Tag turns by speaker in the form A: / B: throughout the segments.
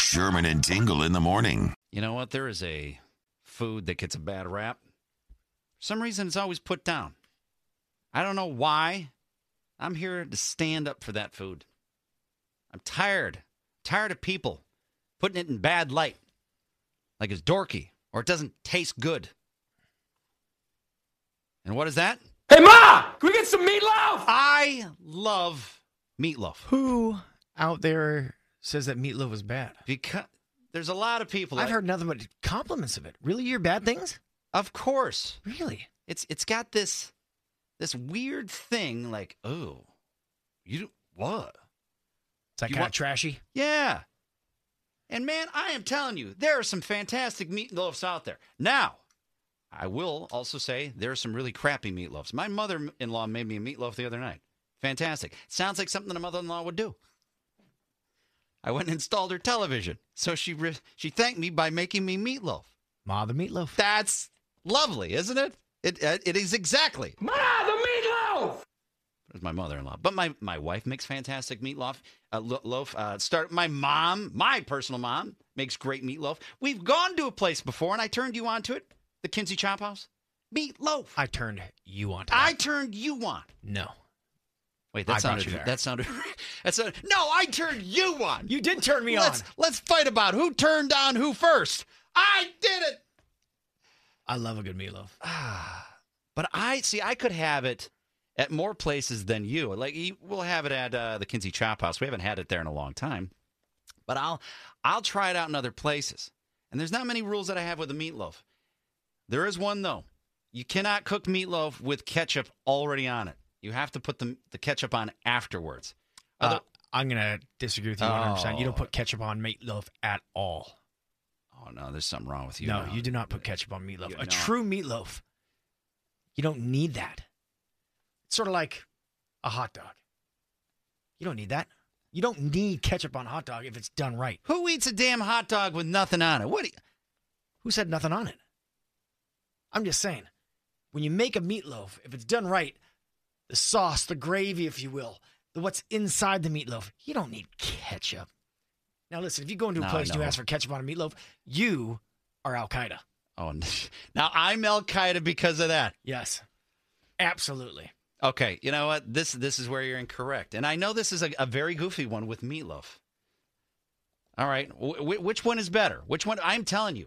A: Sherman and Tingle in the morning.
B: You know what? There is a food that gets a bad rap. For some reason, it's always put down. I don't know why. I'm here to stand up for that food. I'm tired. Tired of people putting it in bad light. Like it's dorky or it doesn't taste good. And what is that?
C: Hey, Ma, can we get some meatloaf?
B: I love meatloaf.
D: Who out there says that meatloaf is bad?
B: Because there's a lot of people.
D: I've
B: that-
D: heard nothing but compliments of it. Really, your bad things?
B: Of course.
D: Really?
B: it's it's got this this weird thing like oh you don't- what
D: It's like
B: You
D: kind of
B: want-
D: trashy.
B: yeah and man i am telling you there are some fantastic meatloafs out there now i will also say there are some really crappy meatloafs my mother-in-law made me a meatloaf the other night fantastic sounds like something a mother-in-law would do i went and installed her television so she re- she thanked me by making me meatloaf
D: Ma, the meatloaf.
B: that's lovely isn't it it, uh, it is exactly
C: Ma, the meatloaf!
B: It's my mother-in-law, but my my wife makes fantastic meatloaf. Uh, lo- loaf. Uh, start. My mom, my personal mom, makes great meatloaf. We've gone to a place before, and I turned you on to it. The Kinsey Chop House, meatloaf. I,
D: I turned you on. To that.
B: turned you on.
D: no.
B: Wait,
D: I
B: that
D: brought
B: sounded.
D: you there.
B: That sounded. That sounded. No, I turned you on.
D: You did turn me
B: let's,
D: on.
B: Let's fight about who turned on who first. I did it.
D: I love a good meatloaf.
B: But I see, I could have it at more places than you. Like you- we'll have it at uh, the Kinsey Chop House. We haven't had it there in a long time, but I'll I'll try it out in other places. And there's not many rules that I have with the meatloaf. There is one though. You cannot cook meatloaf with ketchup already on it. You have to put the the ketchup on afterwards.
D: Uh,
B: Other-
D: I'm gonna disagree with you 100. percent You
B: Oh.
D: don't put ketchup on meatloaf at all.
B: oh no, there's something wrong with you.
D: no,
B: now.
D: you do not put ketchup on meatloaf.
B: You
D: a
B: don't.
D: true meatloaf. You don't need that. It's sort of like a hot dog. You don't need that. You don't need ketchup on a hot dog if it's done right.
B: Who eats a damn hot dog with nothing on it? What? do you-
D: Who said nothing on it? I'm just saying, when you make a meatloaf, if it's done right, the sauce, the gravy, if you will, the what's inside the meatloaf, you don't need ketchup. Now listen, if you go into a
B: No, I
D: place and you
B: know.
D: ask for ketchup on a meatloaf, you are Al Qaeda.
B: Oh, now I'm Al Qaeda because of that.
D: Yes. Absolutely.
B: Okay, you know what? This this is where you're incorrect, and I know this is a, a very goofy one with meatloaf. All right, w- which one is better? Which one? I'm telling you.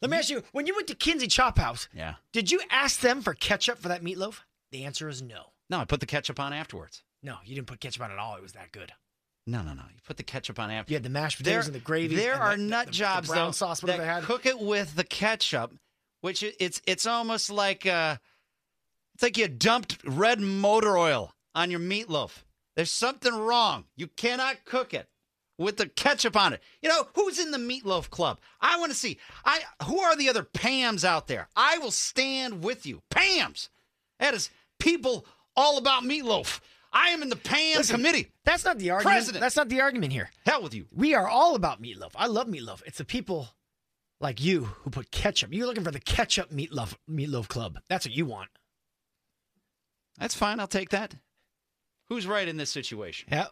D: Let me ask you, when you went to Kinsey Chop House,
B: Yeah.
D: did you ask them for ketchup for that meatloaf? The answer is no.
B: No, I put the ketchup on afterwards.
D: No, you didn't put ketchup on at all. It was that good.
B: No, no, no. You put the ketchup on after.
D: You had the mashed potatoes and the gravy.
B: There
D: and
B: are
D: the- the-
B: nut
D: the- the
B: jobs
D: brown
B: though,
D: sauce,
B: that
D: whatever they had.
B: cook it with the ketchup, which i- it's it's almost like uh, it's like you dumped red motor oil on your meatloaf. There's something wrong. You cannot cook it with the ketchup on it. You know who's in the meatloaf club? I want to see. I who are the other Pams out there? I will stand with you, Pams. That is people all about meatloaf. I am in the Pam
D: Listen,
B: committee.
D: That's not the argument.
B: President.
D: That's not the argument here.
B: Hell with you.
D: We are all about meatloaf. I love meatloaf. It's the people like you who put ketchup. You're looking for the ketchup meatloaf meatloaf club. That's what you want.
B: That's fine. I'll take that. Who's right in this situation?
D: Yeah.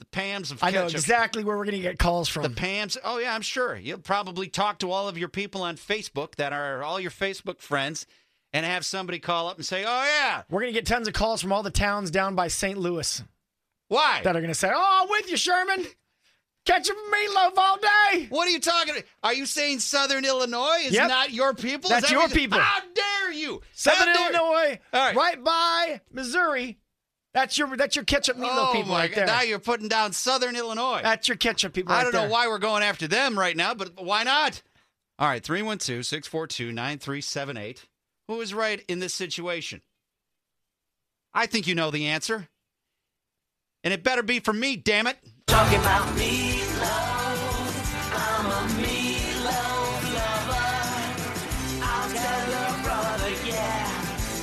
B: The Pams of
D: I
B: ketchup.
D: know exactly where we're gonna get calls
B: The
D: from.
B: Pams. Oh yeah, I'm sure you'll probably talk to all of your people on Facebook that are all your Facebook friends, and have somebody call up and say, "Oh yeah,
D: we're gonna get tons of calls from all the towns down by St. Louis
B: why?"
D: that are gonna say, "Oh, I'm with you, Sherman." Ketchup and meatloaf all day.
B: What are you talking about? Are you saying Southern Illinois is
D: Yep.
B: not your people? Is
D: That's
B: that
D: your
B: what you-
D: people.
B: How dare you?
D: Southern
B: How dare-
D: Illinois,
B: All right.
D: right by Missouri. That's your that's your ketchup meatloaf
B: Oh
D: people
B: my
D: right
B: God.
D: there.
B: Now you're putting down Southern Illinois.
D: That's your ketchup people.
B: I
D: right
B: don't know
D: there.
B: why we're going after them right now, but why not? All right, 312 642 9378. Who is right in this situation? I think you know the answer. And it better be for me, damn it.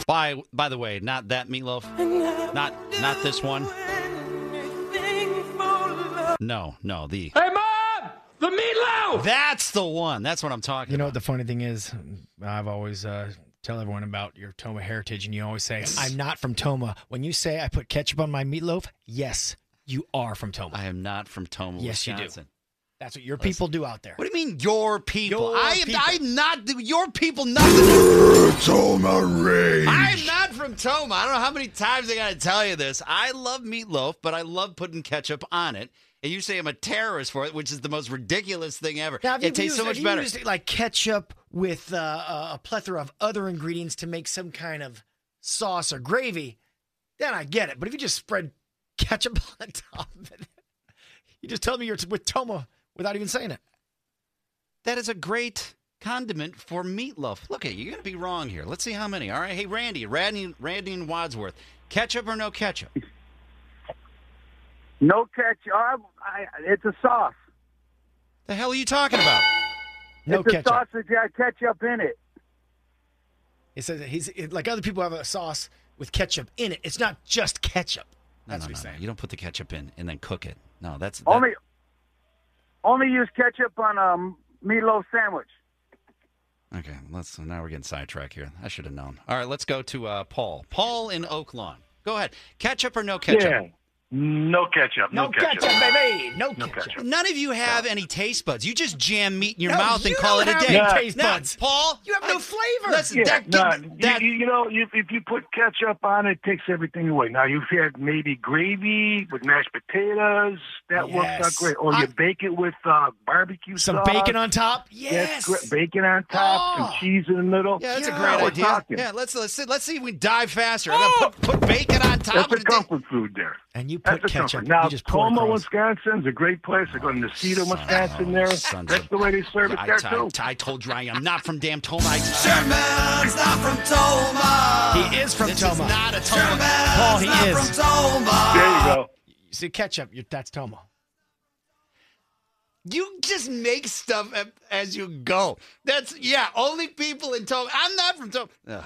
B: By by the way, not that meatloaf. Not not this one. No, no, the
C: Hey, Mom! The meatloaf!
B: That's the one. That's what I'm talking
D: You know what
B: about.
D: the funny thing is? I've always uh, tell everyone about your Toma heritage, and you always say, "I'm not from Toma." When you say I put ketchup on my meatloaf, yes, you are from Toma.
B: I am not from Toma,
D: Yes, you do.
B: Wisconsin.
D: That's what your people do out there.
B: What do you mean your people?
D: Your
B: I am
D: people.
B: I'm not your people nothing.
A: Toma Ray.
B: I'm not from Toma. I don't know how many times I gotta tell you this. I love meatloaf, but I love putting ketchup on it. And you say I'm a terrorist for it, which is the most ridiculous thing ever.
D: Now, have you
B: it tastes
D: used-
B: so
D: have
B: much
D: you
B: better.
D: used, like ketchup with uh, a a plethora of other ingredients to make some kind of sauce or gravy, then I get it. But if you just spread ketchup on top of it, you just tell me you're t- with Toma without even saying it.
B: That is a great condiment for meatloaf. Look at you. You're going to be wrong here. Let's see how many. All right. Hey, Randy, Randy, Randy and Wadsworth. Ketchup or no ketchup?
E: No catch. I, I, it's a sauce.
B: The hell are you talking about?
D: No
E: it's
D: ketchup.
E: a sauce that's got ketchup in it.
D: It says that he's it, like other people have a sauce with ketchup in it. It's not just ketchup.
B: No,
D: That's
B: no,
D: what he's
B: no, no.
D: saying.
B: You don't put the ketchup in and then cook it. No, that's that-
E: Only, only use ketchup on a meatloaf sandwich.
B: Okay, let's now we're getting sidetracked here. I should have known. All right, let's go to uh, Paul. Paul in Oak Lawn. Go ahead. Ketchup or no ketchup?
F: No ketchup. No,
D: No, ketchup. baby. No, ketchup.
B: None of you have any taste buds. You just jam meat in your
D: No,
B: mouth and
D: you
B: call
D: don't
B: it a
D: have
B: day.
D: any taste
B: No,
D: buds.
B: Paul,
D: You have no
B: I-
D: flavor.
B: Listen,
F: Yeah,
B: that,
F: no,
B: that-
F: you, you know, if, if you put ketchup on, it takes everything away. Now, you've had maybe gravy with mashed potatoes. That works out
D: Yes.
F: great. Or
B: I-
F: you bake it with uh, barbecue
D: Some
F: sauce.
D: bacon on top.
F: That's
D: Yes.
F: gr- Bacon on top,
D: Oh.
F: some cheese in the middle.
B: Yeah, that's a
F: Now
B: great
F: we're
B: idea.
F: talking.
B: Yeah, let's let's see, let's see if we dive faster. I'm gonna put, put bacon on top
F: That's
B: of
F: a
B: the di-
F: comfort food there.
D: And you
F: That's
D: put
F: a
D: ketchup.
F: comfort. Now,
D: you just pour it
F: Toma,
D: across.
F: Wisconsin's a great place. I go to Nisita,
B: Son-
F: Wisconsin
B: oh,
F: there.
B: sons
F: That's
B: of-
F: the way they serve it
B: I,
F: there,
B: I,
F: too.
B: I told you I am not from damn Toma. I,
G: Sherman's not from Toma.
D: He is from
B: this
D: Toma.
B: is not a Toma.
G: Sherman's
D: Paul, he
G: not
D: is.
G: from Toma.
F: There you go.
D: You see ketchup. you that's Toma.
B: You just make stuff a- as you go. That's yeah. Only people in Toma. I'm not from Toma. Ugh.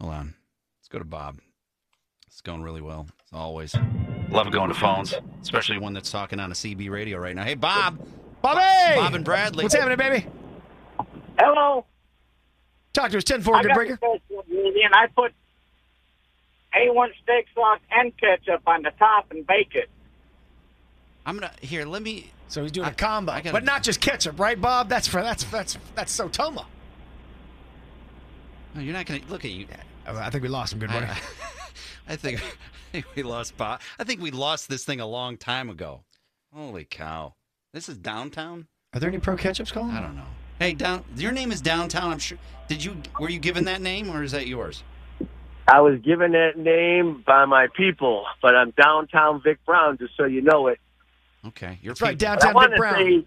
B: Hold on. Let's go to Bob. It's going really well, as always. Love going to phones, especially one that's talking on a CB radio right now. Hey, Bob.
D: Bobby.
B: Bob and Bradley.
D: What's happening, baby?
E: Hello.
D: Talk to us. Ten four. Good breaker.
E: and I put A1 steak sauce and ketchup on the top and bake it.
B: I'm gonna here. Let me.
D: So he's doing
B: I-
D: a combo,
B: I gotta-
D: but not just ketchup, right, Bob? That's for that's that's that's so Toma.
B: No, you're not gonna look at you.
D: Oh, I think we lost him. Good breaker.
B: I, I think I think we lost Bob. I think we lost this thing a long time ago. Holy cow! This is downtown.
D: Are there any pro ketchups calling?
B: I don't know. Hey, down. Your name is Downtown. I'm sure. Did you were you given that name or is that yours?
E: I was given that name by my people, but I'm downtown Vic Brown, just so you know it.
B: Okay, you're
D: That's right,
B: people.
E: But I
D: downtown
E: want
D: Vic
E: to
D: Brown.
E: say,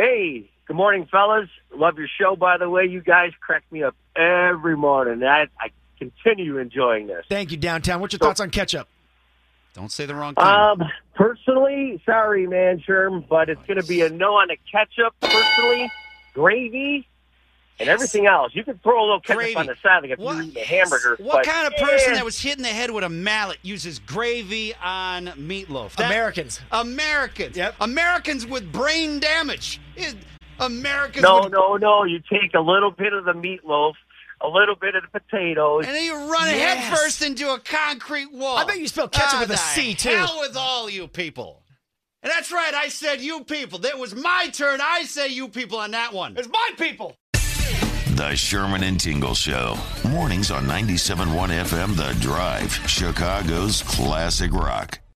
E: hey, good morning, fellas. Love your show, by the way. You guys crack me up every morning. I, I continue enjoying this.
D: Thank you, downtown. What's your thoughts on ketchup?
B: Don't say the wrong thing.
E: Um, personally, sorry, man, Sherm, but it's going to be a no on the ketchup. Personally, gravy and everything else. You can throw a little ketchup
B: Gravy.
E: on the side, like if
B: What-
E: you eat a hamburger.
B: What
E: but,
B: kind of person
E: eh,
B: that was hit in the head with a mallet uses gravy on meatloaf? That-
D: Americans.
B: Americans.
D: Yep.
B: Americans with brain damage. It- Americans.
E: No,
B: with,
E: no, no. You take a little bit of the meatloaf, a little bit of the potatoes.
B: And then you run
D: Yes.
B: head first into a concrete wall.
D: I bet you spelled ketchup
B: Ah,
D: with a
B: the
D: C, too.
B: Hell with all you people. And that's right, I said you people. That was my turn. I say you people on that one.
D: It's my people.
A: The Sherman and Tingle Show. Mornings on 97.1 FM The Drive, Chicago's classic rock.